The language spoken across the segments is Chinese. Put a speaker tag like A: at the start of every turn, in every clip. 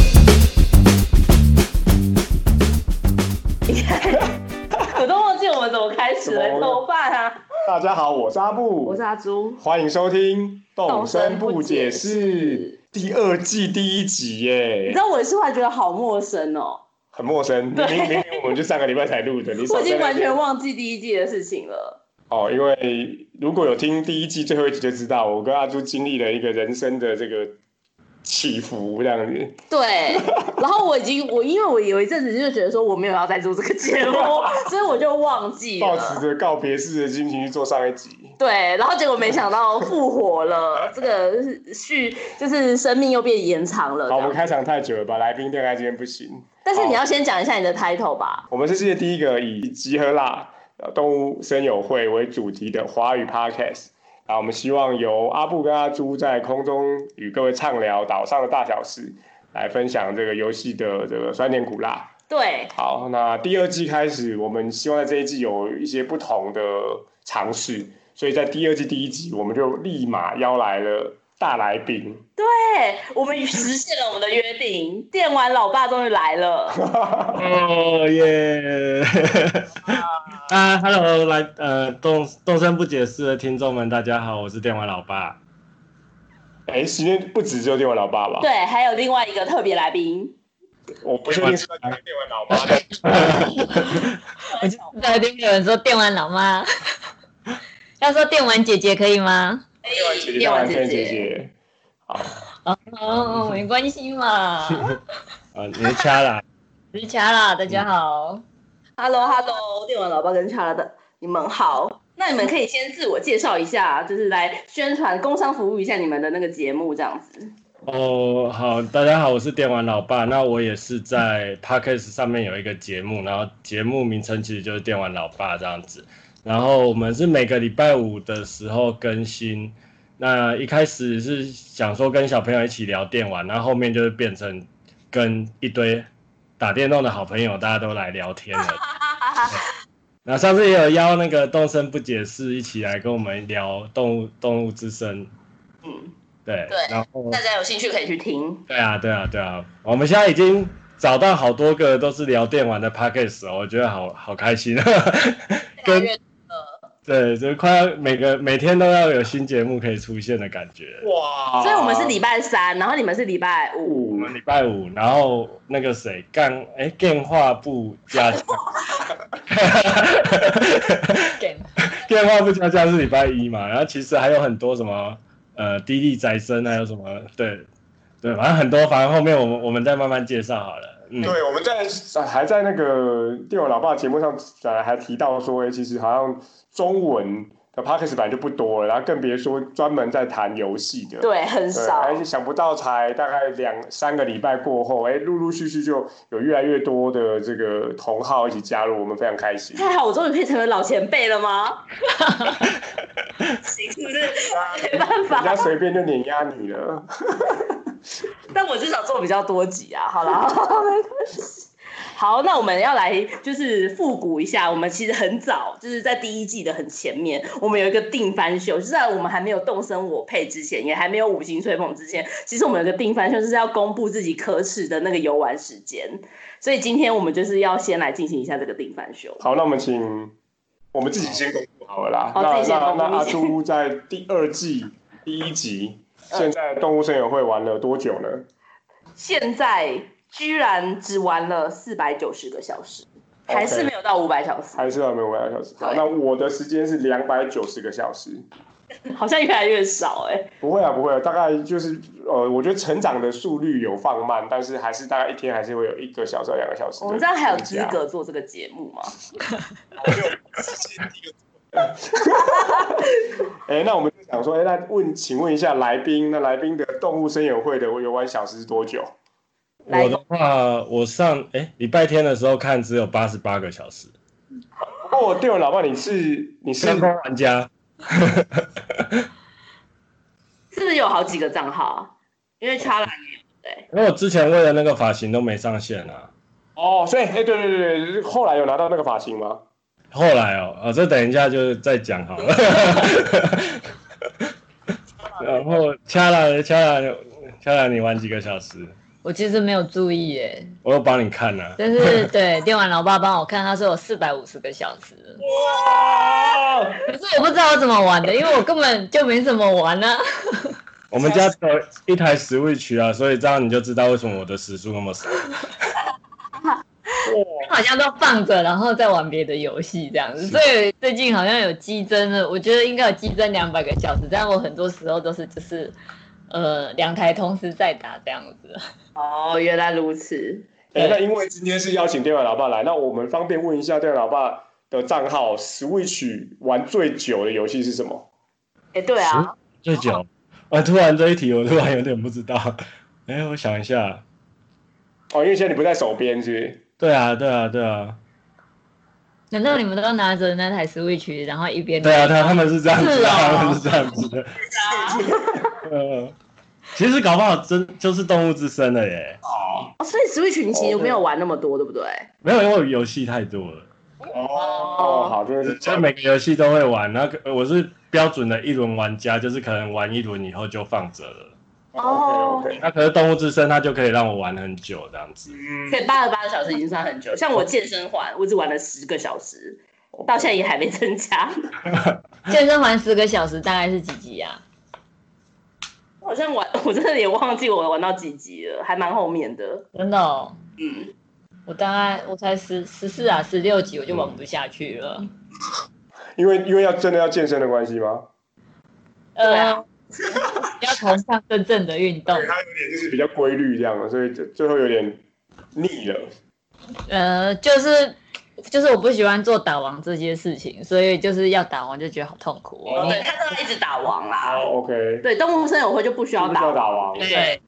A: 死人头发啊！
B: 大家好，我是阿布，
A: 我是阿朱，
B: 欢迎收听《
A: 动
B: 动
A: 声
B: 声
A: 不
B: 不
A: 解
B: 解
A: 释
B: 释》第二季第一集
A: 你
B: 耶
A: 知，道我是突然觉得好陌生哦，
B: 很陌生。明明明明我们就上个礼拜才录的，你少
A: 我已经
B: 在那
A: 完
B: 边
A: 全忘记第一季的事情了。
B: 哦，因为如果有听第一季最后一集就知道，我跟阿朱经历了一个人生的这个起伏，这样子。
A: 对，然后我已经我因为我有一阵子就觉得说我没有要再做这个节 目，所以我就忘记
B: 抱持
A: 了。
B: 着告别式的心情去做上一集。
A: 对，然后结果没想到复活了，这个是续就是生命又变延长了这
B: 好，我们
A: 样。
B: 开场太久了吧，来宾大概今天不行。
A: 但是你要先讲一下你的 title 吧。
B: 我们是世界第一个以集合啦呃动物声友会为主题的华语 podcast。啊，我们希望由阿布跟阿朱在空中与各位畅聊岛上的大小事，来分享这个游戏的这个酸甜苦辣。
A: 对，
B: 好，那第二季开始，我们希望在这一季有一些不同的尝试，所以在第二季第一集，我们就立马邀来了大来宾。
A: 对，我们实现了我们的约定，电玩老爸终于来了。
C: 哦耶！啊，Hello，来，呃，动动身不解释的听众们，大家好，我是电玩老爸。
B: 哎，时间不止只有电玩老爸吧？
A: 对，还有另外一个特别来宾，
B: 我不确定是不是电玩老爸，但
D: 那一定有人说电玩老妈， 要说电玩姐姐可以吗？
B: 电玩姐姐、
A: 电
B: 电
A: 玩
B: 玩
A: 姐
B: 姐
A: 姐，
B: 姐。
D: 哦，没关系 嘛，
C: 啊，你是掐啦，
D: 直掐啦，大家好。
A: Hello Hello，电玩老爸跟 c h a 的，你们好。那你们可以先自我介绍一下，就是来宣传、工商服务一下你们的那个节目，这样子。
C: 哦，好，大家好，我是电玩老爸。那我也是在 Podcast 上面有一个节目，然后节目名称其实就是电玩老爸这样子。然后我们是每个礼拜五的时候更新。那一开始是想说跟小朋友一起聊电玩，然后后面就是变成跟一堆打电动的好朋友，大家都来聊天了。那上次也有邀那个动身不解释一起来跟我们聊动物动物之声，
A: 嗯，
C: 对，
A: 对
C: 然后
A: 大家有兴趣可以去听。
C: 对啊，对啊，对啊，我们现在已经找到好多个都是聊电玩的 podcast 哦，我觉得好好开心，啊跟对，就是快要每个每天都要有新节目可以出现的感觉。
B: 哇！
A: 所以我们是礼拜三，然后你们是礼拜五。
C: 我
B: 物
C: 们礼拜五，然后那个谁干哎电话部加加，电话部加加是礼拜一嘛，然后其实还有很多什么呃低利宅生，还有什么对对，反正很多，反正后面我们我们再慢慢介绍好了。嗯，
B: 对，我们在还在那个电玩老爸节目上，呃，还提到说，哎，其实好像中文的 podcast 版就不多了，然后更别说专门在谈游戏的。
A: 对，很
B: 哦对，
A: 少
B: 而。且想不到才大概两三个礼拜过后，哎，陆陆续续就有越来越多的这个同好一起加入，我们非常开心。
A: 太好，我终于可以成为老前辈了吗？行，是不是？没办
B: 人
A: 法，
B: 家随便就碾压你了，
A: 但我至少做比较多集啊。好啦， 没关系。好，那我们要来就是复古一下。我们其实很早，就是在第一季的很前面，我们有一个定番秀，就是在我们还没有动身我配之前，也还没有五星吹捧之前，其实我们有个定番秀，就是要公布自己可耻的那个游玩时间。所以今天我们就是要先来进行一下这个定番秀。
B: 好，那我们请我们自己先公布好了啦。
A: 好自
B: 那
A: 己先
B: 那
A: 公布
B: 那阿朱在第二季第一集，
A: 嗯
B: 现在动物声友会玩了多久呢？
A: 现在居然只玩了四百九十个小时，还是没有到五百小时，
B: 还是还没有五个小时。好，
A: 对
B: 那我的时间是两百九十个小时。
A: 好像越来越少哎、
B: 不会啊，不会啊，大概就是呃，我觉得成长的速率有放慢，但是还是大概一天还是会有一个小时到两个小时。
A: 我们这样还有资？格做这个节目吗？
B: 哎，那我们就想说，哎，那问，请问一下来宾，那来宾的动物声友会的游玩小时是多久？
A: 来
C: 我的话，我上哎礼拜天的时候看只有八十八个小时，
B: 不过我对我老爸，你是你是
C: 天空玩家
A: 是不是有好几个账号啊？因为 c h a l a
C: 因为我之前为了那个发型都没上线啊。
B: 哦，所以哎，对对对对，后来有拿到那个发型吗？
C: 后来哦，啊、这等一下就再讲好了。然后掐了掐了掐了，你玩几个小时？
D: 我其实没有注意耶，
C: 我有帮你看啊呢、
D: 但是对电玩老爸帮我看，他说有四百五十个小时，
B: 哇！
D: 可是我不知道我怎么玩的，因为我根本就没怎么玩啊呢、
C: 我们家只有一台 Switch 啊，所以这样你就知道为什么我的时速那么少。
D: 好像都放着，然后再玩别的游戏这样子。所以最近好像有激增了，我觉得应该有激增两百个小时，但我很多时候都是就是呃两台同时在打这样子。
A: 哦，原来如此。
B: 哎、那因为今天是邀请电玩老爸来，那我们方便问一下电玩老爸的账号，Switch 玩最久的游戏是什么？
A: 哎，对啊，
C: 最久，啊，突然这一题我突然有点不知道。哎、我想一下，
B: 哦，因为现在你不在手边，是不是？
C: 对啊，对啊，对啊，
D: 难道你们都拿着那台 Switch，然后一边
C: 对啊，他他们是这样子
D: 是
C: 的，
D: 哦
C: 他们是啊这样子的。 呃，其实搞不好真就是动物之森了耶，
A: 哦，所以 Switch 你其实没有玩那么多，对不对？
C: 没有，因为游戏太多了，
B: 哦，好，真的是
C: 所以每个游戏都会玩。那个呃我是标准的一轮玩家，就是可能玩一轮以后就放着了。
A: 哦
B: OK，OK
C: 那可是动物之森，它就可以让我玩很久这样子。
B: 嗯
A: 所以八十八个小时已经算很久。像我健身环，我只玩了十个小时，到现在也还没增加。
D: 健身环十个小时大概是几集啊？
A: 我好像玩，我真的也忘记我玩到几级了，还蛮后面的。
D: 真的、哦，
A: 嗯，
D: 我大概我才十十四啊十六集我就
C: 嗯
D: 玩不下去了。
A: 嗯
B: 因为因为要真的要健身的关系吗？
A: 对啊
D: 呃，比较崇尚真正的运动
B: 对，。它有点就是比较规律这样的，所以就最后有点腻了。
D: 呃，就是就是我不喜欢做打王这些事情，所以就是要打王就觉得好痛苦哦。
A: 对，他真的一直打王啦。
B: 哦，OK，
A: 对，动物森友会就不需要
B: 不需
A: 打
B: 要
A: 王。
B: 打王。
A: 对，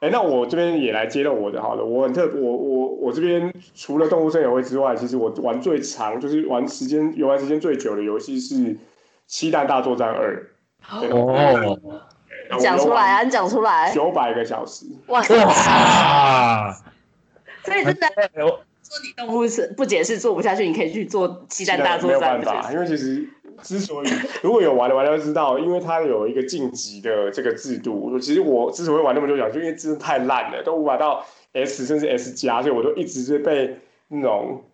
B: 哎、那我这边也来揭露我的好了。我很特，我我我这边除了动物森友会之外，其实我玩最长，就是玩时间游玩时间最久的游戏是《七蛋大作战二》对，
C: 哦，
A: 你讲出来啊，你讲出来。
B: 九百个小时，
D: 哇，
C: 哇！
A: 所以真的
C: 哎我
A: 说你动物是不解释做不下去，你可以去做七
B: 七
A: 蛋大
B: 没
A: 作
B: 有
A: 战
B: 办
A: 不
B: 法，
A: 解释。
B: 因为其实之所以如果有玩的玩家就知道，因为它有一个晋级的这个制度。其实我之所以会玩那么久讲，就因为真的太烂了，都无法到 S 甚至 S 加，所以我都一直是被那种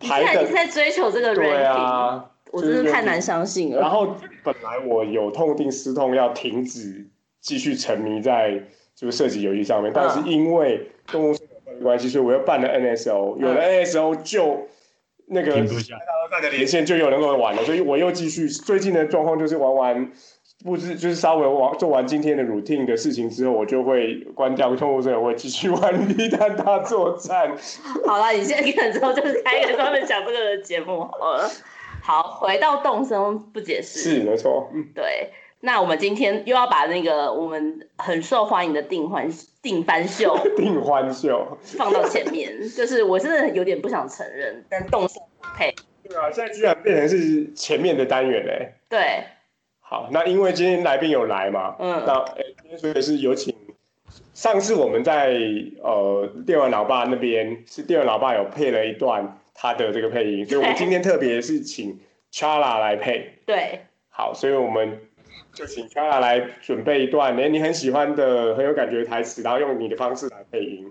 A: 你现
B: 排
A: 在
B: 的
A: 一直在追求这个
B: 对
A: ranking，
B: 啊。
A: 我真的太难相信
B: 然
A: 了。
B: 后本来我有痛定思痛要停止继续沉迷在就是射击游戏上面，但是因为动物森友会的关系，所以我又办了 NSO，有了 NSO 就那个
C: 停不下，
B: 大家的连线就有能够玩了，所以我又继续。最近的状况就是玩完，不知就是稍微玩做完今天的 routine 的事情之后，我就会关掉动物森友会，继续玩《力蛋大作战》。
A: 好啦，你现在看了之后就是开一个专门讲这个的节目好了。好，回到动森不解释。
B: 是没错，嗯
A: 对，那我们今天又要把那个我们很受欢迎的定欢定番 秀
B: 定欢秀。
A: 放到前面，就是我真的有点不想承认，但动手配
B: 对啊，现在居然变成是前面的单元嘞、
A: 对，
B: 好，那因为今天来宾有来嘛，那
A: 嗯，
B: 呃今天所以是有请。上次我们在呃电玩老爸那边是电玩老爸有配了一段他的这个配音，所以我们
A: 对
B: 今天特别是请 Chala 来配。
A: 对，
B: 好，所以我们就请 Chala 来准备一段，哎，你很喜欢的、很有感觉的台词，然后用你的方式来配音。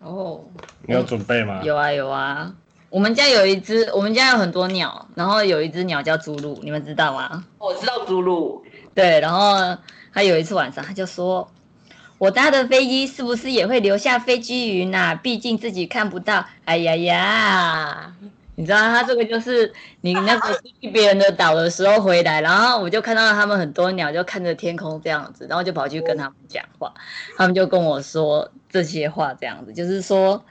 D: 哦，
C: 你有准备吗？
D: 有啊有啊，我们家有一只，我们家有很多鸟，然后有一只鸟叫朱鹭，你们知道吗？
A: 哦我知道朱露，
D: 对，然后他有一次晚上他就说。我搭的飞机是不是也会留下飞机云呐、毕竟自己看不到。哎呀呀，你知道他这个就是你那个去别人的岛的时候回来，然后我就看到他们很多鸟就看着天空这样子，然后就跑去跟他们讲话，他们就跟我说这些话这样子，就是说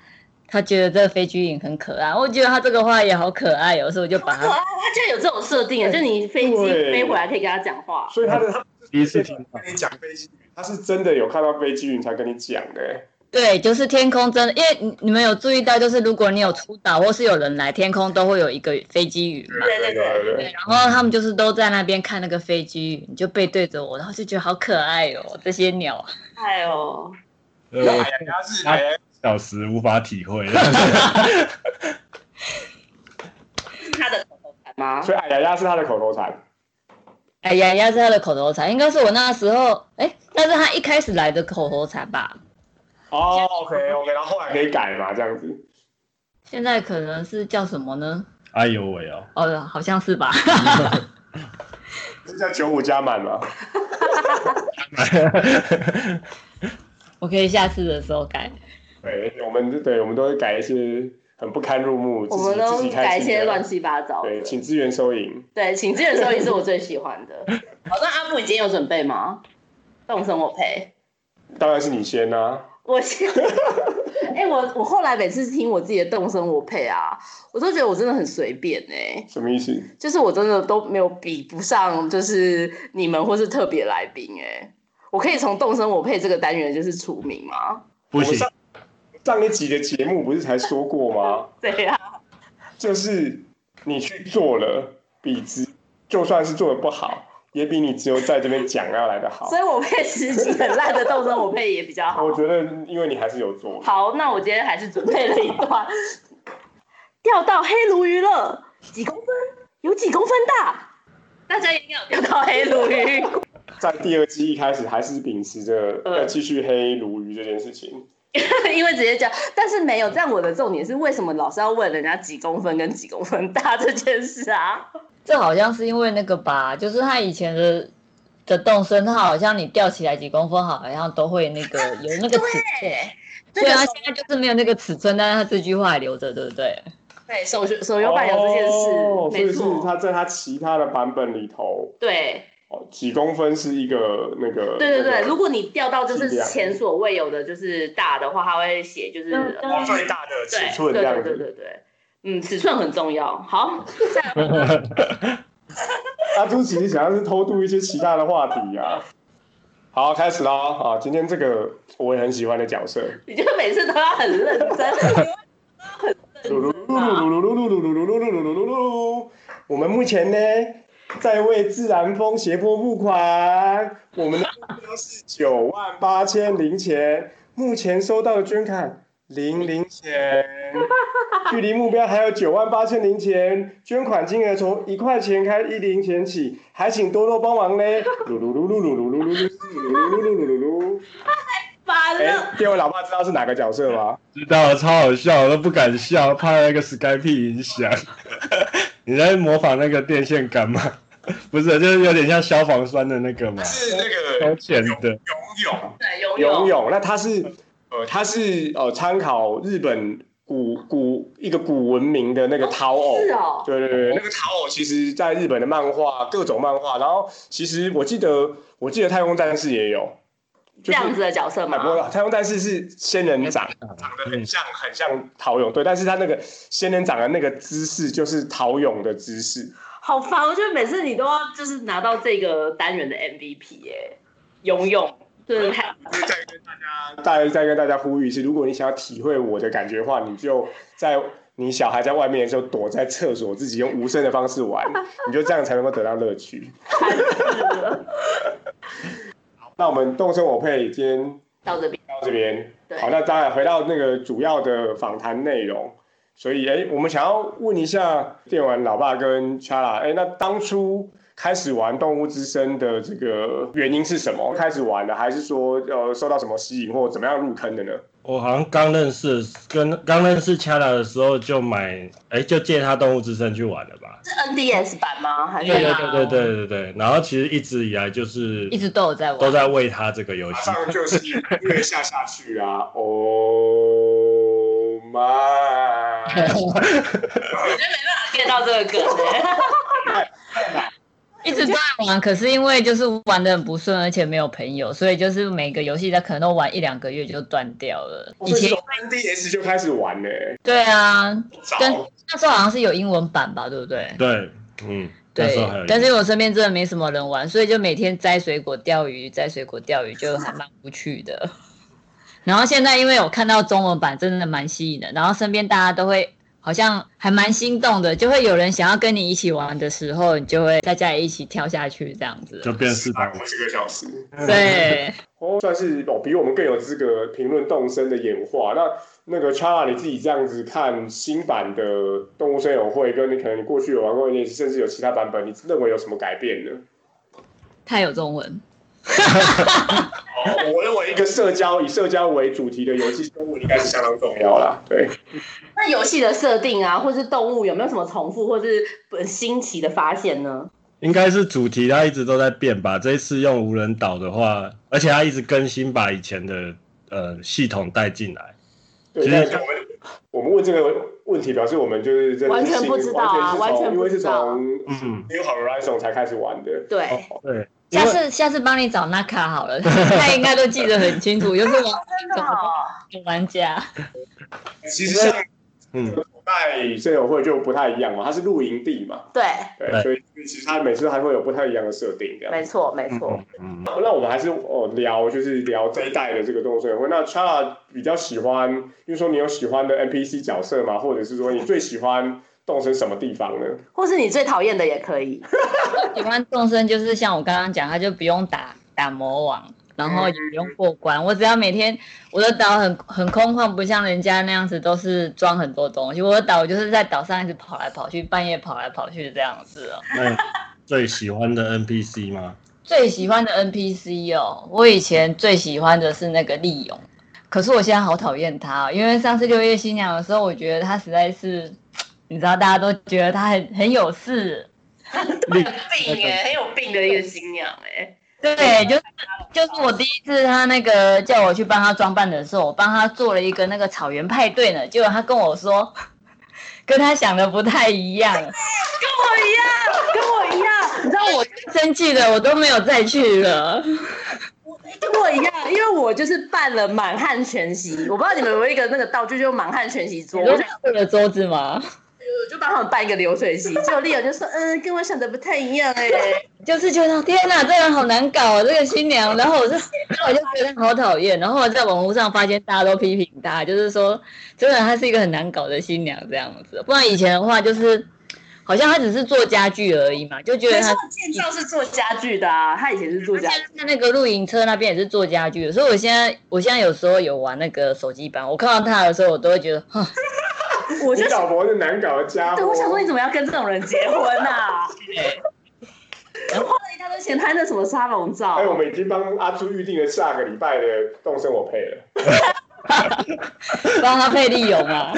D: 他觉得这个飞机云很可爱，我觉得他这个话也好可爱哦，所以我就把
A: 可
D: 它
A: 爱，他居然有这种设定啊，就是你飞机
B: 对
A: 飞回来可以跟他讲话，
B: 所以他的他
C: 第一次听到
B: 跟你讲飞机云，他是真的有看到飞机云才跟你讲的、哎
D: 对，就是天空真的，因为你你们有注意到，就是如果你有出岛或是有人来，天空都会有一个飞机云嘛。
A: 对对对，
B: 对
D: 对，然后他们就是都在那边看那个飞机云，就背对着我，然后就觉得好可爱哦，这些鸟。
A: 哎呦，
C: 呃
B: 对
C: 我
B: 哎呀，他是
C: 他
B: 哎
C: 小时无法体会。
A: 是他的口头禅吗？
B: 所以哎呀呀是他的口头禅。
D: 哎呀呀，是他的口头禅，应该是我那时候，哎，但是他一开始来的口头禅吧？
B: 哦，OK OK，然后后来可以改嘛，这样子。
D: 现在可能是叫什么呢？
C: 哎呦喂哦，
D: 哦，好像是吧？
B: 这叫九五加满嘛？
C: 哎
D: 我可以下次的时候改。
B: 对，我们对，我们都会改一些很不堪入目，
A: 我
B: 自
A: 们
B: 己自
A: 都
B: 己开
A: 改一
B: 心
A: 些
B: 的
A: 乱七八糟的。
B: 对，请支援收银。
A: 对，请记的收银是我最喜欢 的。好，那阿布，你今天有准备吗？动身我陪。
B: 当然是你先啦、
A: 我 先，哎、我我后来每次听我自己的动身我配啊，我都觉得我真的很随便哎、
B: 什么意思？
A: 就是我真的都没有比不上，就是你们或是特别来宾哎、我可以从动身我配这个单元就是除名吗？
C: 不
B: 我
C: 行
B: 上，上一集的节目不是才说过吗？
A: 对啊呀、
B: 就是你去做了，比之就算是做的不好，也比你只有在这边讲要来的好
A: 所。以我配十集很烂的动身我配也比较好
B: 我。觉得，因为你还是有做，
A: 好，那我今天还是准备了一段，钓到黑鲈鱼了，几公分？有几公分大？大家一定要钓到黑鲈鱼。
B: 在第二季一开始还是秉持着
A: 嗯
B: 要继续黑鲈鱼这件事情。
A: 因为直接讲，但是没有。但我的重点是，为什么老是要问人家几公分跟几公分大这件事 啊？
D: 这好像是因为那个吧，就是他以前的的动身，他好像你吊起来几公分，好像都会那个有那个尺寸。
A: 那
D: 虽
A: 个
D: 然他
A: 手
D: 啊现在就是没有那个尺寸，但是他这句话还留着，对不对？
A: 对啊手游手游版有这件事，
B: 哦、所
A: 没
B: 以是
A: 错，
B: 他在他其他的版本里头，
A: 对
B: 哦，几公分是一个那个。
A: 对对
B: 那
A: 对。
B: 个
A: 如果你钓到就是
B: 是这样
A: 前所未有的，就是大的话，他会写就是
D: 嗯
A: 呃
B: 哦最大的
A: 对
B: 尺寸这
A: 对
B: 样
A: 对对
B: 子。
A: 对对，嗯，尺寸很重要。好，再来
B: 阿啊朱其实想要是偷渡一些其他的话题啊。好，开始喽！啊，今天这个我也很喜欢的角色，
A: 你就每次都要很认真，
B: 噜噜噜噜噜噜噜噜噜噜噜噜噜噜噜。我们目前呢，在为自然风斜坡募款，我们的目标是九万八千零钱，目前收到的捐款零零钱，距离目标还有九万八千零钱，捐款金额从一块钱开一零钱起，还请多多帮忙嘞！噜噜噜噜噜噜噜噜噜噜噜噜噜噜噜。
A: 烦了。
B: 哎，给我老爸知道是哪个角色吗？
C: 知道超好笑，我都不敢笑，怕那个 Skype 影响。你在模仿那个电线杆吗？ 不是，就是有点像消防栓的那个嘛，
B: 是那
C: 超浅的。
B: 游泳。
A: 对，游
B: 游
A: 泳，
B: 泳，那它是呃，它是呃参考日本古古一个古文明的那个陶偶。
A: 是哦，
B: 对对对，那个陶偶其实在日本的漫画各种漫画，然后其实我记得我记得太空战士也有，
A: 这样子的角色
B: 啊。不
A: 嘛，
B: 过太空战士是仙人掌，长得很像很像陶俑，对，但是他那个仙人掌的那个姿势就是陶俑的姿势，
A: 好烦。我觉得每次你都要就是拿到这个单元的 MVP 哎，游泳，对，太
B: 再跟大家再再跟大家呼吁一次，如果你想要体会我的感觉的话，你就在你小孩在外面的时候躲在厕所，自己用无声的方式玩，你就这样才能够得到乐趣。好那我们动身我配今天
A: 到这边，
B: 到这边，
A: 对
B: 好，那当然回到那个主要的访谈内容。所以，哎，我们想要问一下电玩老爸跟 Chala，哎，那当初开始玩《动物之声》的这个原因是什么？开始玩的，还是说呃受到什么吸引，或怎么样入坑的呢？
C: 我好像刚认识，跟刚认识 Chana 的时候就买，哎，就借他《动物之声》去玩了吧？
A: 是 NDS 版吗？还是
C: 对对对对对对对。然后其实一直以来就是
D: 一直都有在玩。
C: 都在为他这个游
B: 马
C: 戏。
B: 上就是越下下去 啊！Oh my！
A: 我觉得没办法 get 到这个梗哎，
D: 一直都在玩，可是因为就是玩的很不顺，而且没有朋友，所以就是每个游戏他可能都玩一两个月就断掉了。以前
B: NDS 就开始玩呢、
D: 对啊，
B: 早
D: 跟那时候好像是有英文版吧，对不对？
C: 对，嗯，那
D: 对
C: 时候还有，
D: 但是因为我身边真的没什么人玩，所以就每天摘水果、钓鱼、摘水果、钓鱼，就还蛮无趣的。 然后现在因为我看到中文版真的蛮吸引的，然后身边大家都会好像还蛮心动的，就会有人想要跟你一起玩的时候，你就会大家也一起跳下去这样子。
C: 就变四百
B: 玩
C: 五
B: 五。十个小时。
D: 对，
B: 哦，算是哦，比我们更有资格评论动森的演化。那那个 Chara，你自己这样子看新版的《动物森友会》，跟你可能你过去有玩过一些，甚至有其他版本，你认为有什么改变呢？
D: 太有中文。
B: 哦，我认为应个社交以社交为主题的游戏生物应该是相当重要啦。对，
A: 那游戏的设定啊，或是动物有没有什么重复或是呃新奇的发现呢？
C: 应该是主题它一直都在变吧。这一次用无人岛的话，而且它一直更新，把以前的呃系统带进来。
B: 对，
C: 其实
B: 但是我们我们问这个问题，表示我们就是真的
A: 完全
B: 是
A: 不知道啊
B: 完
A: 完
B: 全是从
A: 全
B: 因
A: 不
B: 为是
A: 知道
B: 从
C: 嗯，
B: New Horizon 才开始玩的。
A: 对，
C: 对，因
D: 下
C: 为
D: 次下次帮你找那卡好 了，他应该都记得很 清楚，又是玩
A: 真的哦
D: 玩家。
B: 其实像
C: 嗯，
B: 在森友会就不太一样嘛，它是露营地嘛，
A: 对，
B: 对，
C: 对
B: 所以其实它每次还会有不太一样的设定这样。
A: 没错没错
C: 嗯。嗯，
B: 那我们还是哦聊，就是聊这一代的这个动物森友会。那 Chara 比较喜欢，就是说你有喜欢的 NPC 角色吗？或者是说你最喜欢动身什么地方呢？
A: 或是你最讨厌的也可以，
D: 喜欢动身就是像我刚刚讲，他就不用打打魔王，然后也不用过关，我只要每天我的岛很很空旷，不像人家那样子都是装很多东西，我的岛我就是在岛上一直跑来跑去，半夜跑来跑去这样子哦。
C: 那你最喜欢的 NPC 吗？
D: 最喜欢的 NPC 哦，我以前最喜欢的是那个利勇，可是我现在好讨厌他、哦，因为上次六月新娘的时候，我觉得他实在是，你知道大家都觉得他很很有事，
C: 另
A: 病哎、很有病的一个新娘哎、
D: 对，就是就是我第一次他那个叫我去帮他装扮的时候，我帮他做了一个那个草原派对呢，结果他跟我说，跟他想的不太一样，
A: 跟我一样，跟我一样，你知道我
D: 生气的我都没有再去了。
A: 跟我一样，因为我就是办了满汉全席，我不知道你们有没有一个那个道具，就是满汉全席桌，
D: 你
A: 我
D: 说
A: 就
D: 为了桌子吗？
A: 我就帮他们办一个流水席，结果丽友就说，嗯，跟我想的不太一样哎、
D: 就是觉得天哪，这人好难搞啊，这个新娘。然后我就，然后我就觉得好讨厌。然后我在网络上发现大家都批评她，就是说，真的她是一个很难搞的新娘这样子。不然以前的话，就是好像她只是做家具而已嘛，就觉得
A: 没
D: 她
A: 错，建造是做家具的啊，他以前是做
D: 我现
A: 家
D: 在
A: 具，
D: 在那个露营车那边也是做家具的，所以我现在我现在有时候有玩那个手机版，我看到他的时候，我都会觉得，哼
A: 我
B: 你
A: 就
B: 老婆是难搞的家伙。
A: 对，我想说你怎么要跟这种人结婚啊？然后后来他都嫌他那什么沙龙照，
B: 哎，我们已经帮阿朱预定了下个礼拜的动身我配了。
D: 帮他配利用啊，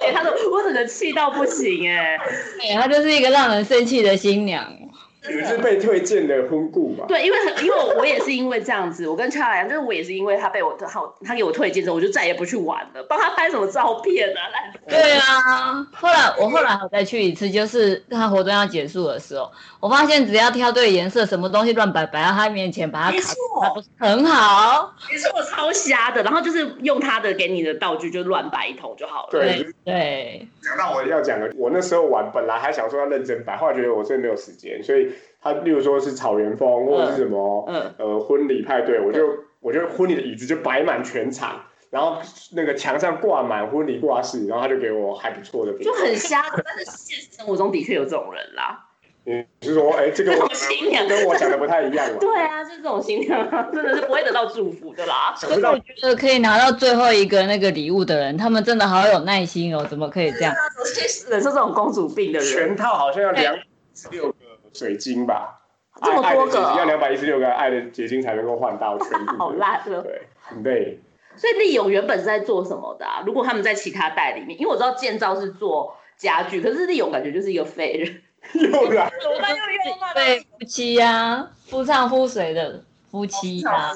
A: 对他都我整个气到不行哎、
D: 对，她就是一个让人生气的新娘。
B: 你们是被推荐的婚故嘛？
A: 对，因为很因为我也是因为这样子，我跟 c h a r 一样，就是我也是因为他被我他他给我推荐之后，我就再也不去玩了，帮他拍什么照片啊，烂死
D: 对啊，后来我后来还有再去一次，就是他活动要结束的时候，我发现只要挑对颜色，什么东西乱摆摆到他面前，把他
A: 没
D: 卡住，
A: 错
D: 他不是很好。
A: 其实我超瞎的，然后就是用他的给你的道具就乱摆一通就好了。
B: 对，
D: 对对，
B: 讲到我要讲的，我那时候玩本来还想说要认真摆，后来觉得我真的没有时间，所以他例如说是草原风或者是什么、
A: 嗯，
B: 呃婚礼派对，我就我就婚礼的椅子就摆满全场，然后那个墙上挂满婚礼挂饰，然后他就给我还不错的评
A: 就
B: 价。
A: 很瞎的，但是现实生活中的确有这种人啦，
B: 你是说哎、这个
A: 这
B: 我
A: 种新娘，
B: 跟我想的不太一样嘛？
A: 对啊，就这种新娘真的是不会得到祝福的啦。
B: 想
D: 所
B: 不
D: 以
B: 到
D: 我觉得可以拿到最后一个那个礼物的人，他们真的好有耐心哦，怎么可以这样？
A: 忍受这种公主病的人，
B: 全套好像要两十六个水晶吧，
A: 这么
B: 爱
A: 多
B: 爱的结晶要
A: 个，哦
B: 两百一十六个爱的结晶才能够换到全部的。
A: 好烂哦了。
B: 对，很累。
A: 所以利勇原本是在做什么的、啊？如果他们在其他代里面，因为我知道建造是做家具，可是利勇感觉就是一个废人，
B: 又来，
A: 怎么办？又冤枉
D: 对，夫妻呀，夫唱妇随的夫
B: 哦
D: 妻呀，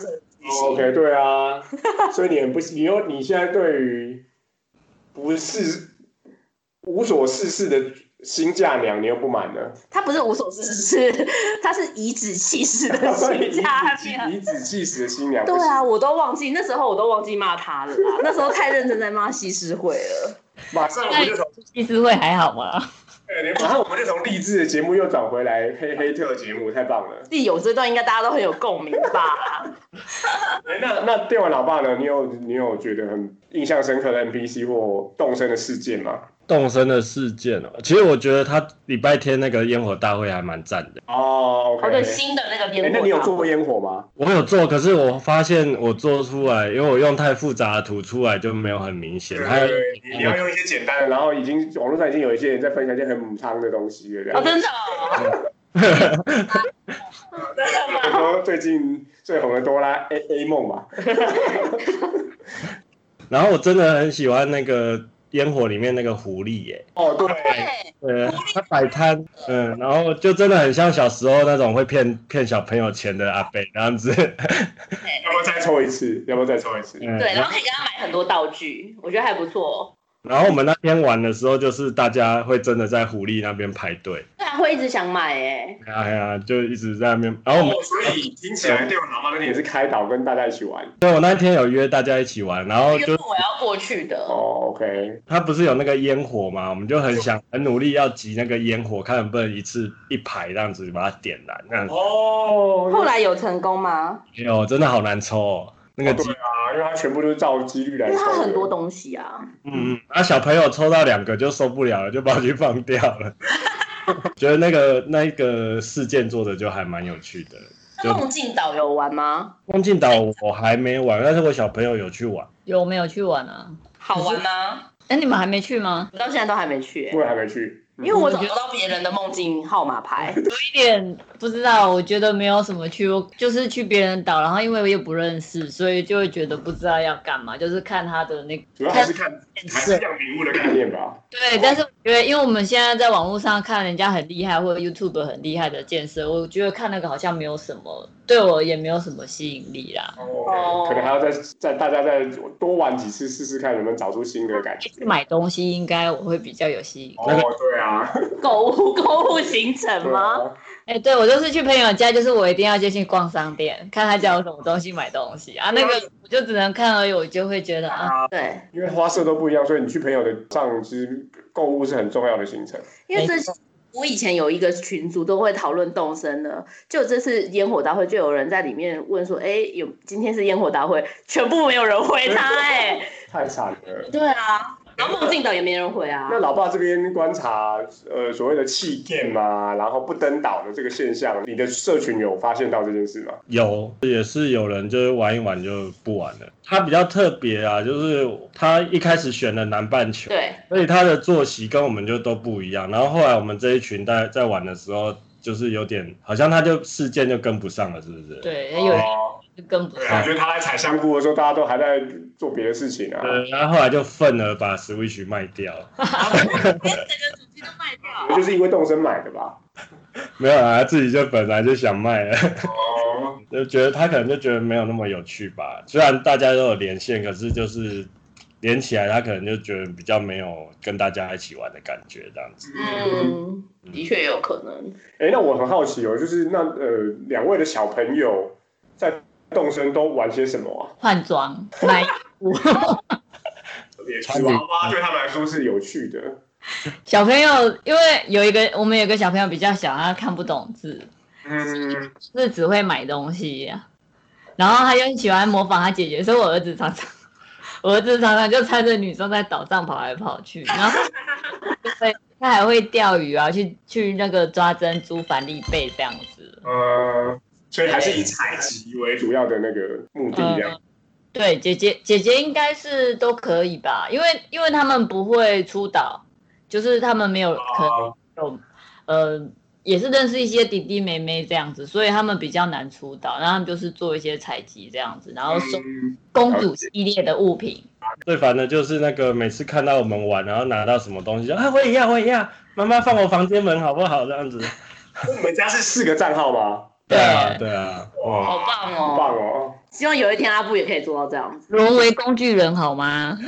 B: OK，对啊， 所以你很不，你又你现在对于不是无所事事的新嫁娘，你又不满 了，
A: 他不是无所事事，他是颐指气使的新家
B: 以
A: 面。
B: 子气使的新娘，
A: 对啊，我都忘记那时候，我都忘记骂他了啦。那时候太认真在骂西施惠了。
B: 不行，马上我们就从，
D: 其实会还好吗？
B: 对马上我们就从励志的节目又转回来黑黑特节目，太棒 了。
A: 利勇这段应该大家都很有共鸣 吧？
B: 哎那那电玩老爸呢？你有你有觉得很印象深刻的 NPC 或动身的事件吗？
C: 动身的事件哦，其实我觉得他礼拜天那个烟火大会还蛮赞的。
A: 哦，
B: 哦
A: 对，
B: ，OK，
A: 新的那个
B: 哎
A: 烟火，
B: 那你有做烟火吗？
C: 我有做，可是我发现我做出来，因为我用太复杂的图出来就没有很明显。
B: 对
C: 还有
B: 对对，你你要用一些简单的，然后已经网络上已经有一些人在分享一些很母汤的东西了。这
A: 哦，
B: 样
A: 真的、哦，真的吗？
B: 然后最近最红的哆啦 A A 梦嘛，
C: 然后我真的很喜欢那个烟火里面那个狐狸耶、
B: 哦对，
A: 对，
C: 呃，他摆摊，嗯，然后就真的很像小时候那种会骗骗小朋友钱的阿伯那样子，
B: 要不要再抽一次？要不要再抽一次？
C: 嗯
A: 对，然后可以给他买很多道具，我觉得还不错。
C: 然后我们那天玩的时候，就是大家会真的在狐狸那边排队，
A: 对啊，会一直想买哎、
C: 哎呀，就一直在那边。然后我们
B: 哦，所以听起来电玩老爸那天也是开导跟大家一起玩
C: 对我那天有约大家一起玩，然后
A: 欸，这个
C: 就
A: 是我要过去的。
B: 哦，OK，
C: 他不是有那个烟火嘛，我们就很想很努力要集那个烟火，看能不能一次一排这样子把它点燃。那样子
A: 后
B: 哦，
A: 来有成功吗？
C: 哎呦，真的好难抽哦，那个
B: 对
C: 机，
B: 啊，因为它全部都是照几率
A: 因
B: 来
A: 为
B: 抽
A: 它
B: 的，
A: 很多东西啊，
C: 嗯嗯，啊小朋友抽到两个就受不了了，就把去放掉了。 觉得那个那一个事件做的就还蛮有趣的。就
A: 那梦境岛有玩吗？
C: 梦境岛我还没玩，但是我小朋友有去玩。
D: 有没有去玩啊？
A: 好玩吗？
D: 哎、你们还没去吗？
A: 我到现在都还没去、欸
B: 我也还没去，嗯
A: 因为我找不到别人的梦境号码牌。
D: 有一点不知道，我觉得没有什么去，我就是去别人的岛，然后因为我也不认识，所以就会觉得不知道要干嘛，就是看他的那个
B: 主要还是看
D: 见
B: 还是
D: 识。
B: 样礼物的概念吧。
D: 对，但是我觉得，因为我们现在在网络上看人家很厉害，或者 YouTube 很厉害的建设，我觉得看那个好像没有什么，对我也没有什么吸引力啦。
B: 哦，可能还要再再大家再多玩几次试试看，能不能找出新的感觉。
D: 去买东西应该我会比较有吸引。
B: 哦，对啊，
A: 购物购物行程
B: 对
A: 吗？
B: 啊，
D: 哎、对我就是去朋友家，就是我一定要就去逛商店，看他家有什么东西买东西啊。那个我就只能看而已，我就会觉得啊，
A: 对，
B: 因为花色都不一样，所以你去朋友的上，其实购物是很重要的行程。
A: 因为这
D: 没错
A: 我以前有一个群组都会讨论动身的，就这次烟火大会就有人在里面问说，哎、有今天是烟火大会，全部没有人回他、哎，
B: 太惨了。
A: 对啊，然后梦境岛也没人回啊
B: 那，老爸这边观察，呃，所谓的弃店嘛，然后不登岛的这个现象，你的社群有发现到这件事吗？
C: 有，也是有人就是玩一玩就不玩了。他比较特别啊，就是他一开始选了南半球，
A: 对，
C: 所以他的作息跟我们就都不一样。然后后来我们这一群在在玩的时候，就是有点好像他就事件就跟不上了，是不是？。
D: 对，有人
B: 哦
D: 就跟不
B: 对
D: 上
B: 啊，。就是他在采香菇的时候，大家都还在做别的事情啊。
C: 呃，然后后来就愤而把 Switch 卖掉，
A: 整个主机都卖掉。
B: 就是因为动身买的吧？
C: 没有啊，自己就本来就想卖了，
B: 哦，
C: 就觉得他可能就觉得没有那么有趣吧。虽然大家都有连线，可是就是连起来，他可能就觉得比较没有跟大家一起玩的感觉这样子。
A: 嗯，的确有可能。
B: 哎，那我很好奇哦，就是那呃，两位的小朋友在动身都玩些什么啊？
D: 换装买，
B: 特别是娃娃对他们来说是有趣的。
D: 小朋友，因为有一个我们有个小朋友比较小，他看不懂字，
B: 嗯，
D: 就是只会买东西、啊，然后他就很喜欢模仿他姐姐，所以我儿子常常， 我儿子常常就穿着女装在岛上跑来跑去，然后就会他还会钓鱼啊，去去那个抓珍珠、反力贝这样子。
B: 呃，所以还是以采集为主要的那个目的
D: 嗯
B: 这样。
D: 对，姐姐姐姐应该是都可以吧，因为因为他们不会出岛，就是他们没有可能
B: 哦
D: 有呃，也是认识一些弟弟妹妹这样子，所以他们比较难出岛，然后他们就是做一些采集这样子，然后收
B: 嗯
D: 公主系列的物品。
C: 最烦的就是那个每次看到我们玩，然后拿到什么东西，就啊我也要我也要，妈妈放我房间门好不好？这样子。
B: 那你们家是四个账号吗？
D: 对
C: 啊对啊，哇，
A: 好棒
B: 很
A: 哦！
B: 棒哦！
A: 希望有一天阿布也可以做到这样子。
D: 沦为工具人好吗？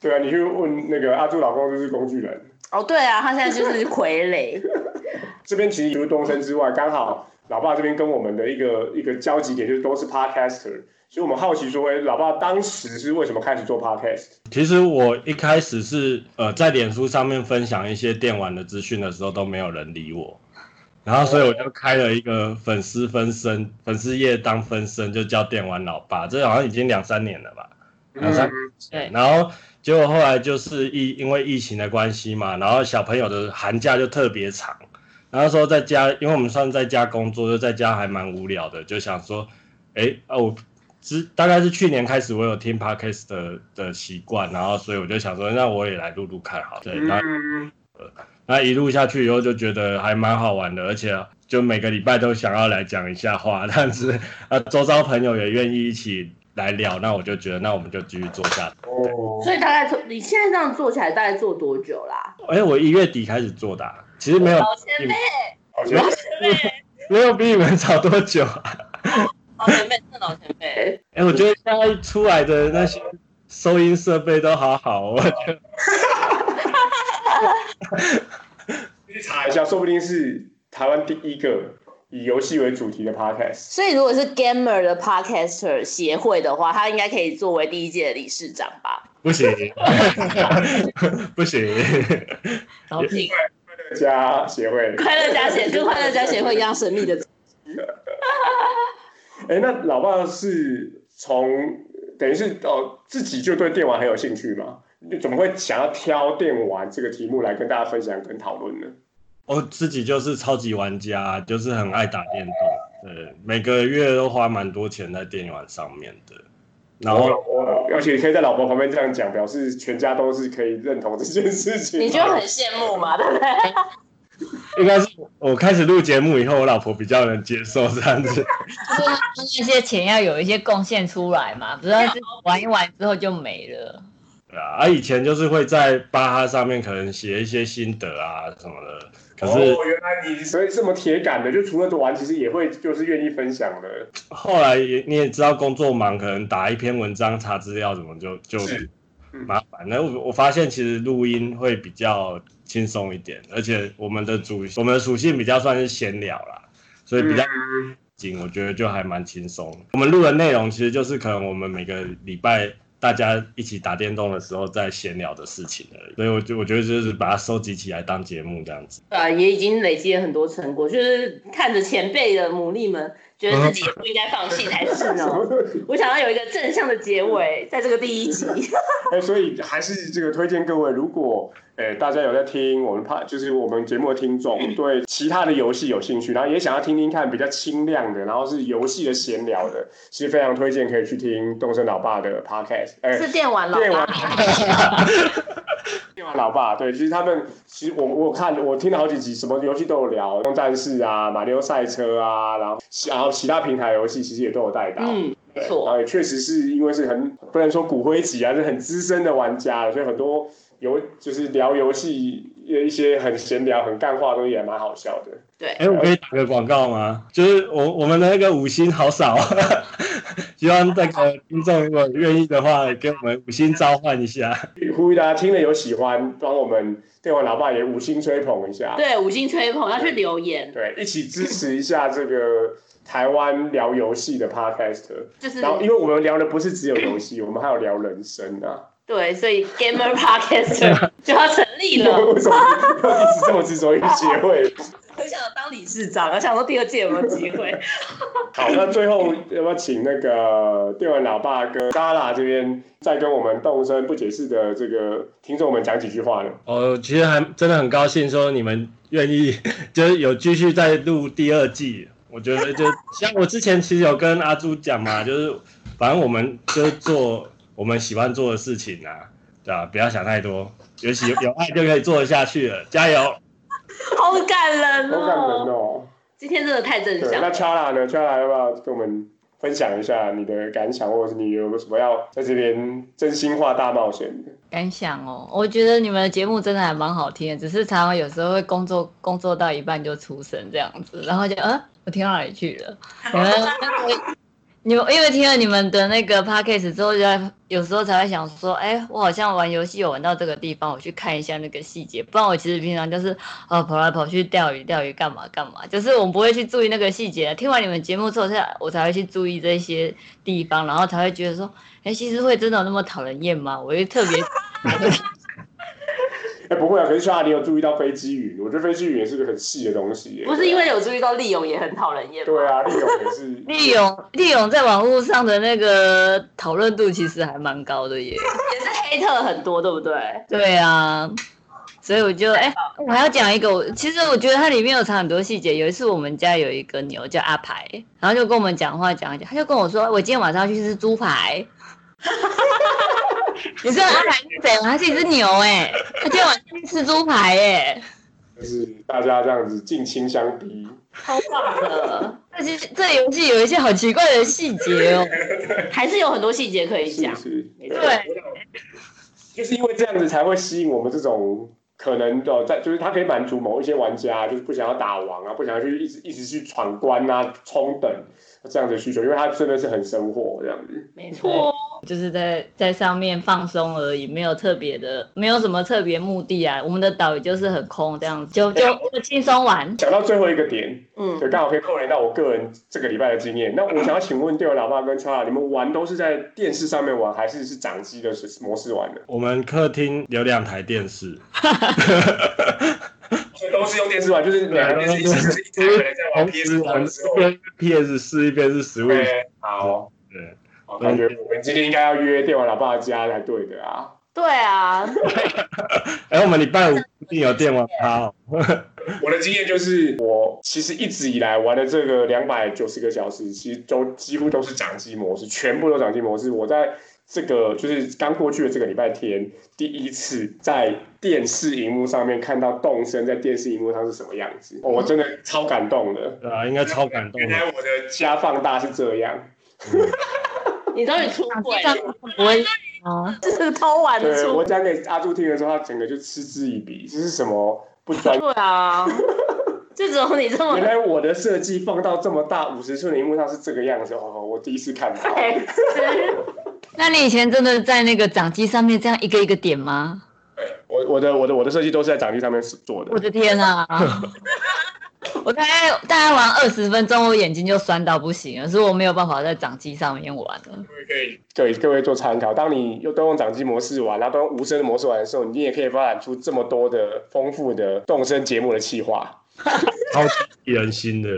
B: 对啊，你去问那个阿朱老公就是工具人。
A: 哦，对啊，他现在就是傀儡。
B: 这边其实除了东升之外，刚好老爸这边跟我们的一个一个交集点就是都是 podcaster，所以我们好奇说，哎，老爸当时是为什么开始做 podcast？
C: 其实我一开始是呃在脸书上面分享一些电玩的资讯的时候都没有人理我，然后所以我就开了一个粉丝分身粉丝页当分身，就叫电玩老爸，这好像已经两三年了吧。
D: 嗯
C: 两三
D: 对
C: 然后结果后来就是疫因为疫情的关系嘛，然后小朋友的寒假就特别长，然后那时候在家，因为我们算在家工作，就在家还蛮无聊的，就想说，哎啊我。之大概是去年开始，我有听 podcast 的的习惯，然后所以我就想说，那我也来录录看好了。对，然后
B: 嗯，
C: 那一路下去以后就觉得还蛮好玩的，而且就每个礼拜都想要来讲一下话， 但是呃，周遭朋友也愿意一起来聊，那我就觉得那我们就继续做下去。
B: 哦，
A: 所以大概做你现在这样做起来，大概做多久啦？
C: 哎、我一月底开始做的啊、其实没有
A: 老前辈，
B: 好像
A: 老前辈，
C: 没有比你们早多久啊。
A: 老前辈，真的老前辈。
B: 嗯
C: 哎、我觉得现在出来的那些收音设备都好好哦，我觉得
B: 去查一下，说不定是台湾第一个以游戏为主题的 podcast。
A: 所以如果是 Gamer 的 Podcaster 协会的话，他应该可以作为第一届的理事长吧？
C: 不 行，不行，
D: 然后屁
B: 乐家协会，
A: 快乐家协跟快乐家协会一样神 秘的组
B: 哎，那老爸是从等于是哦自己就对电玩很有兴趣嘛？你怎么会想要挑电玩这个题目来跟大家分享跟讨论呢？
C: 我自己就是超级玩家，啊就是很爱打电动，对，每个月都花蛮多钱在电玩上面的。然后，
B: 我而且可以在老婆旁边这样讲，表示全家都是可以认同这件事情。
A: 你就很羡慕嘛， 对不对？
C: 应该是我开始录节目以后，我老婆比较能接受这样子。
D: 就是那些钱要有一些贡献出来嘛，不然玩一玩之后就没了。
C: 对啊，啊，以前就是会在巴哈上面可能写一些心得啊什么的，可是
B: 哦，原来你所以这么铁杆的，就除了玩，其实也会就是愿意分享的。
C: 后来也你也知道工作忙，可能打一篇文章查资料什么就就是
B: 嗯
C: 麻烦。那我我发现其实录音会比较轻松一点，而且我们的主我们的属性比较算是闲聊啦，所以比较
B: 嗯
C: 紧，我觉得就还蛮轻松。我们录的内容其实就是可能我们每个礼拜。大家一起打电动的时候在闲聊的事情而已，所以我就我觉得就是把它收集起来当节目这样子。
A: 对啊，也已经累积了很多成果，就是看着前辈的努力们，觉得自己也不应该放弃才是呢。 我想要有一个正向的结尾，在这个第一 集。
B: 哎，所以还是这个推荐各位，如果呃大家有在听我们怕，就是我们节目的听众对其他的游戏有兴趣，然后也想要听听看比较清亮的，然后是游戏的闲聊的，其实非常推荐可以去听动森老爸的 podcast。哎，
A: 是电玩老
B: 电玩
A: 爸，
B: 电玩老爸，对，其实他们其实我我看我听了好几集，什么游戏都有聊，《动战士》啊，《马里奥赛车》啊，然后然后其他平台游戏其实也都有带到。
A: 嗯，没
B: 对，然
A: 错，
B: 后也确实是因为是很不能说骨灰级啊，是很资深的玩家啊了，所以很多游就是聊游戏呃一些很闲聊、很干话的东西也蛮好笑的。
A: 对
C: 哎、。我可以打个广告吗？就是我我们的那个五星好少，啊 希望那个听众如果愿意的话，给我们五星召唤一下。
B: 呼吁大家听了有喜欢，帮我们电玩老爸也五星吹捧一下，
A: 对，五星吹捧要去留言，
B: 对，一起支持一下这个台湾聊游戏的 podcast。
A: 就是
B: 然后，因为我们聊的不是只有游戏，我们还有聊人生啊。
A: 对，所以 Gamer Podcaster 就要成立了。
B: 为什么要一直这么执着于结尾？
A: 很想当理事长，我想说第二届有没有机会？
B: 好，那最后要不要请那个电玩老爸跟 Gala 这边再跟我们动身不解释的这个听众们讲几句话呢？
C: 哦，其实还真的很高兴说你们愿意， 就是有继续在录第二季。我觉得就像我之前其实有跟阿朱讲嘛，就是反正我们就是做我们喜欢做的事情啊，对吧、不要想太多，有喜有爱就可以做得下去了，加油！
A: 好感人
B: 好感
A: 哦！
B: 人哦。
A: 今天真的太正
B: 对，
A: 向
B: 那
A: 了。
B: Chala 呢？Chala 要不要跟我们分享一下你的感想，或者是你有什么要在这边真心话大冒险的？
D: 感想哦，我觉得你们的节目真的还蛮好听的，只是常常有时候会工作工作到一半就出声这样子，然后就呃，我听到哪里去了？你们那个你们因为听了你们的那个 podcast 之后，就在有时候才会想说，哎、我好像玩游戏有玩到这个地方，我去看一下那个细节。不然我其实平常就是呃跑来跑去钓鱼钓鱼干嘛干嘛，就是我们不会去注意那个细节。听完你们节目之后，才我才会去注意这些地方，然后才会觉得说，哎、西施会真的有那么讨人厌吗？我就特别。
B: 哎、不会啊，可是 Chala 你有注意到飞机云？我觉得飞机云也是个很细的东西耶。
A: 不是因为有注意到利勇也很讨人厌吗？
B: 对啊，利勇 也是
D: 利勇利勇在网络上的那个讨论度其实还蛮高的耶。
A: 也是黑特很多，对不对？
D: 对啊，所以我就哎、我还要讲一个，我其实我觉得它里面有藏很多细节。有一次我们家有一个牛叫阿排，然后就跟我们讲话讲一讲，他就跟我说，我今天晚上要去吃猪排。你知道阿排是谁吗？他是一只牛哎、他今天晚上去吃猪排哎、
B: 就是大家这样子近亲相逼，
A: 超棒的，
D: 这其实这游戏有一些好奇怪的细节哦。
A: 还是有很多细节可以
B: 是
A: 讲
B: 不。是？啊
A: 没错
D: 对，
B: 就是因为这样子才会吸引我们这种可能的，在就是他可以满足某一些玩家，就是不想要打王啊，不想要去一直一直去闯关啊、冲等这样的需求，因为他真的是很生活这样子。
A: 没错，
D: 就是在在上面放松而已，没有特别的，没有什么特别目的啊。我们的岛也就是很空这样子，就
A: 哎
D: 就就轻松玩。
B: 讲到最后一个点，
A: 嗯，
B: 对，刚好可以扣连到我个人这个礼拜的经验。那我想要请问队友喇叭跟超拉，你们玩都是在电视上面玩，还是是掌机的模式玩的？
C: 我们客厅有两台电视，
B: 所以都是用电视玩，就是两个电视一起，就是一台可能在 玩
C: 同
B: PS
C: 时
B: 玩
C: 玩
B: 的时候
C: 一。边 PS 四，一边是
B: 啊
C: Switch。
B: 对，好。
C: 对，
B: 我感觉我们今天应该要约电玩老爸的家才对的啊！
A: 对啊，
C: 哎、我们礼拜五固定有电玩趴、哦，
B: 我的经验就是，我其实一直以来玩的这个两百九十个小时，其实都几乎都是掌机模式，全部都掌机模式。我在这个就是刚过去的这个礼拜天，第一次在电视荧幕上面看到动森在电视荧幕上是什么样子，哦我真的超感动的。
C: 对啊，应该超感动
B: 原
C: 的。
B: 来我的家放大是这样，
A: 你终于出轨
D: 这样
A: 了，哎
D: 不会啊，
A: 这是偷玩的
B: 对
A: 出
B: 我
A: 轨。
B: 讲给阿朱听的时候，他整个就嗤之以鼻，这是什么不专
A: 对 啊，就只有你这么
B: 原来我的设计放到这么大五十寸的荧幕上是这个样子哦，我第一次看到。
A: 白 痴。
D: 那你以前真的在那个掌机上面这样一个一个点吗？
B: 我我的我的我的设计都是在掌机上面做的，
D: 我的 天啊！我大概大概玩二十分钟，我眼睛就酸到不行了，所以我没有办法在掌机上面玩了。
B: 可以给各位做参考。当你又都用掌机模式玩，然后都用无声的模式玩的时候，你也可以发展出这么多的丰富的动声节目的企划。
C: 超级人心的。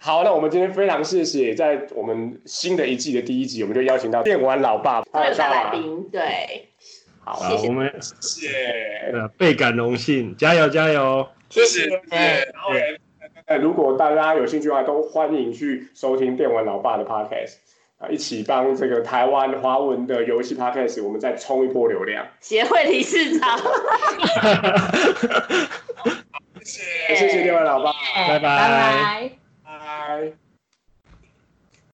B: 好，那我们今天非常谢谢，在我们新的一季的第一集，我们就邀请到电玩老爸，
A: 还有大来
B: 来，
A: 宾，对，好，
C: 好
A: 谢，谢
C: 我，们
B: 谢谢。
C: 呃倍感荣幸，加油加油！
A: 谢
B: 谢
A: 谢，
B: 谢。然后呢呃如果大家有兴趣的话，都欢迎去收听电玩老爸的 podcast 啊，一起帮这个台湾华文的游戏 podcast，我们再冲一波流量。
A: 协会理事长，
B: 谢谢，谢谢电玩老爸。
C: 拜拜
D: 拜拜